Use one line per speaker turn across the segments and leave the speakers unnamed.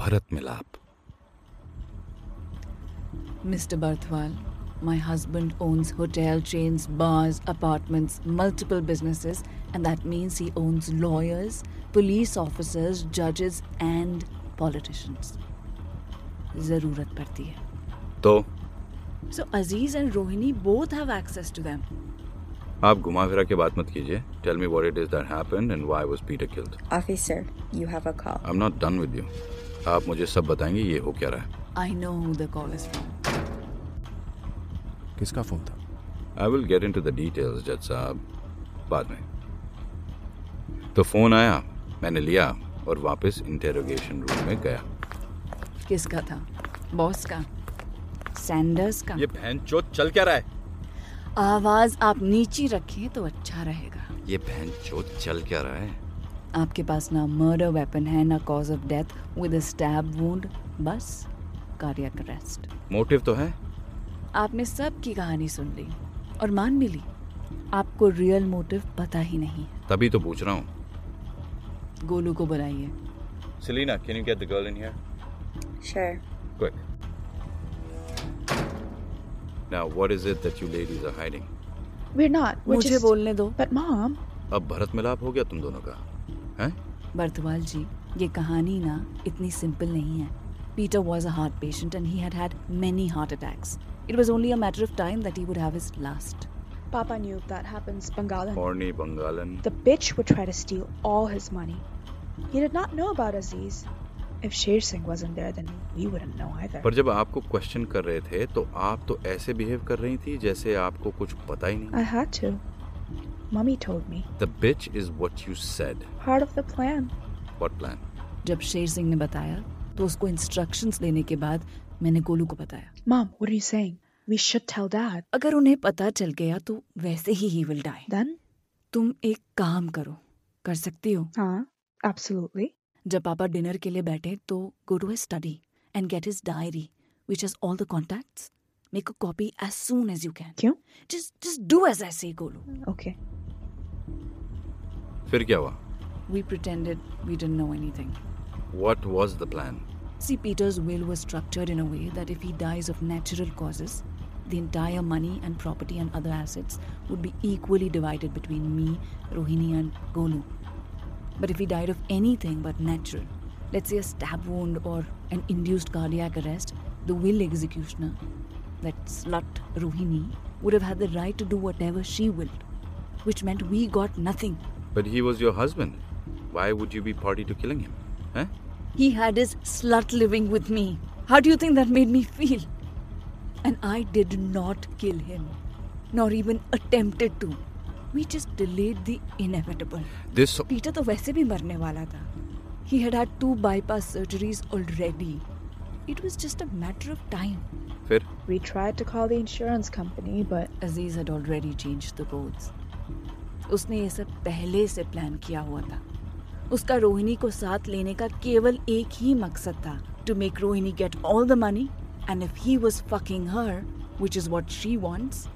Bharat Milap
Mr. Barthwal, my husband owns hotel chains, bars, apartments, multiple businesses, and that means he owns lawyers, police officers, judges, and politicians. जरूरत पड़ती है
तो
so Aziz and Rohini both have access to them
आप घुमा फिरा के बात मत कीजिए tell me what it is that happened and why was Peter killed
Officer, you have a call.
I am not done with you आप मुझे सब बताएंगे ये हो क्या रहा है
I know who the call is from
किसका फोन था
I will get in to the details जज साहब बाद में तो फोन आया मैंने लिया और वापस इंटेरोगेशन रूम में गया
किसका था बॉस का सैंडर्स का
ये बहन चोत चल क्या रहा है
आवाज आप नीची रखें तो अच्छा रहेगा
ये बहन चोत चल क्या रहा है
आपके पास ना मर्डर वेपन है ना cause of death with a stab wound बस कार्डियक अरेस्ट
मोटिव तो है
आपने सब की कहानी सुन ली और मान भी ली आपको रियल मोटिव पता ही नहीं है।
तभी तो पूछ रहा हूँ
गोलू को बुलाइए
Selina can you get the girl in here
Sure.
Quick. Now, what is it that you ladies are hiding?
We're not. We're
मुझे
just-
बोलने दो
But mom,
अब भरत मिलाप हो गया तुम दोनों का हैं?
बर्थवाल जी ये कहानी ना इतनी सिंपल नहीं है Peter was a heart patient and he had had many heart attacks it was only a matter of time that he would have his last
Papa knew that happens Bengalan.
Horny Bangalan.
The bitch would try to steal all his money. He did not know about Aziz. If Sher Singh wasn't there, then we wouldn't know either.
पर जब आपको question कर रहे थे तो आप तो ऐसे बिहेव कर रही थी जैसे आपको कुछ पता ही नहीं
I had to. Mummy told me.
The bitch is what you said
Part of the plan.
What plan
जब शेर सिंह ने बताया तो उसको इंस्ट्रक्शंस देने के बाद मैंने गोलू को बताया
Mom, what are you saying? We should tell dad.
अगर उन्हें पता चल गया तो वैसे ही ही विल डाई
Then?
तुम एक काम करो कर सकती हो
Huh? Absolutely.
जब पापा डिनर के लिए बैठे तो go to study and get his diary which has all the contacts make a copy as soon as you can
क्यों?
Just just do as I say Golu
Okay.
फिर क्या हुआ
We pretended we didn't know anything.
What was the plan
See, Peter's will was structured in a way that if he dies of natural causes, the entire money and property and other assets would be equally divided between me, Rohini, and Golu. But if he died of anything but natural, let's say a stab wound or an induced cardiac arrest, the will executioner, that slut Rohini, would have had the right to do whatever she willed, which meant we got nothing.
But he was your husband why would you be party to killing him हैं
He had his slut living with me. How do you think that made me feel? And I did not kill him, nor even attempted to. We just delayed the inevitable.
This
Peter तो वैसे भी मरने वाला था he had had two bypass surgeries already it was just a matter of time
फिर
We tried to call the insurance company, but
Aziz had already change the roles उसने ये सब पहले से प्लान किया हुआ था उसका रोहिणी को साथ लेने का केवल एक ही मकसद था to make Rohini get all the money and if he was fucking her which is what she wants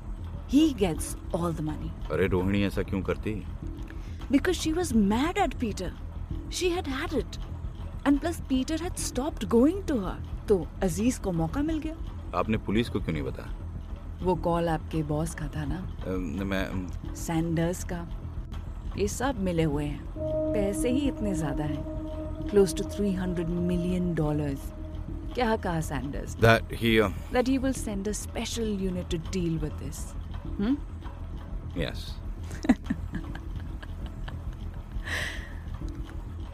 he gets all the money
अरे रोहिणी ऐसा क्यों करती
because she was mad at Peter. She had had it. And plus, Peter had stopped going to her. तो अजीज को मौका मिल गया
आपने police को क्यों नहीं बताया
वो कॉल आपके बॉस का था ना
अम, मैं um, अम,
सैंडर्स का ये सब मिले हुए हैं पैसे ही इतने ज्यादा हैं क्लोज टू 300 मिलियन डॉलर्स क्या कहा Sanders
that he um,
that he will send a special unit to deal with this
yes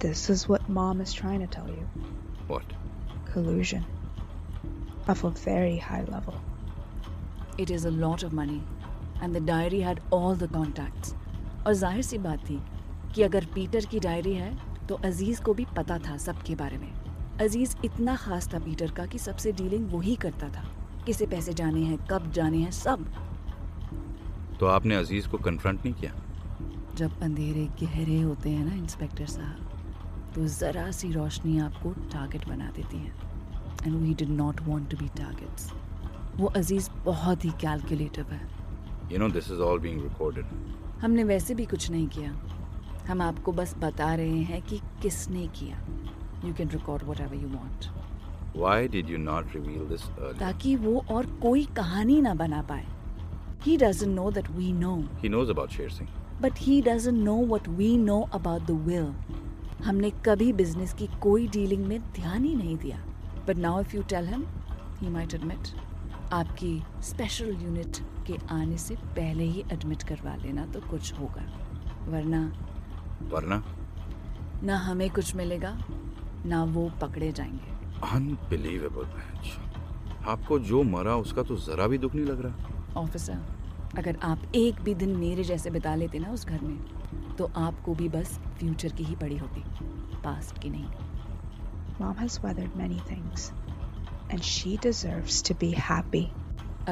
this is what mom is trying to tell you
what
collusion. Of a very high level.
It is a lot of money and the diary had all the contacts और जाहिर सी बात थी कि अगर Peter की diary है तो अजीज़ को भी पता था सबके बारे में अजीज़ इतना ख़ास था पीटर का कि सबसे डीलिंग वही करता था किसे पैसे जाने हैं कब जाने हैं सब
तो आपने अजीज को कन्फ्रंट नहीं किया
जब अंधेरे गहरे होते हैं ना इंस्पेक्टर साहब तो ज़रा सी रोशनी आपको टारगेट बना देती है and we did not want to be targets वो अजीज़ बहुत ही कैलकुलेटिव है
you know this is all being recorded
हमने वैसे भी कुछ नहीं किया हम आपको बस बता रहे हैं कि किसने किया You can record whatever you want.
Why did you not reveal this earlier?
ताकि वो और कोई कहानी ना बना पाए He doesn't know that we know,
He knows about Sher Singh.
but he doesn't know what we know about the will. हमने कभी बिजनेस की कोई डीलिंग में ध्यान ही नहीं दिया but now if you tell him he might admit आपकी स्पेशल यूनिट के आने से पहले ही एडमिट करवा लेना तो कुछ होगा वरना
Varna?
ना हमें कुछ मिलेगा ना वो पकड़े जाएंगे
Unbelievable, match. आपको जो मरा उसका तो जरा भी दुख नहीं लग रहा
ऑफिसर अगर आप एक भी दिन मेरे जैसे बिता लेते ना उस घर में तो आपको भी बस फ्यूचर की ही पड़ी होती पास्ट की नहीं
Mom has weathered many things, and she deserves to be happy.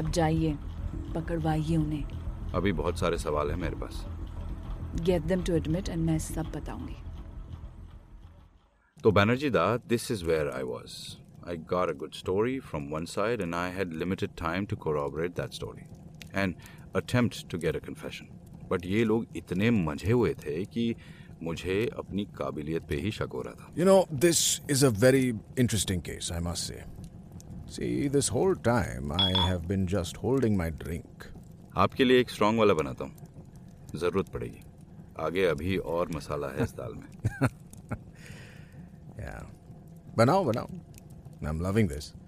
अब जाइए पकड़वाइए उन्हें
अभी बहुत सारे सवाल हैं मेरे पास
get them to admit and मैं सब बताऊंगी
तो Banerjee da, this is where I was. I got a good story from one side, and I had limited time to corroborate that story and attempt to get a confession. But ये लोग इतने मंझे हुए थे कि मुझे अपनी काबिलियत पे ही शक हो रहा था
You know, this is a very interesting case, I must say. See, this whole time I have been just holding my drink.
आपके लिए एक स्ट्रांग वाला बनाता हूँ जरूरत पड़ेगी आगे अभी और मसाला है इस दाल में
Yeah. But now, but now, I'm loving this.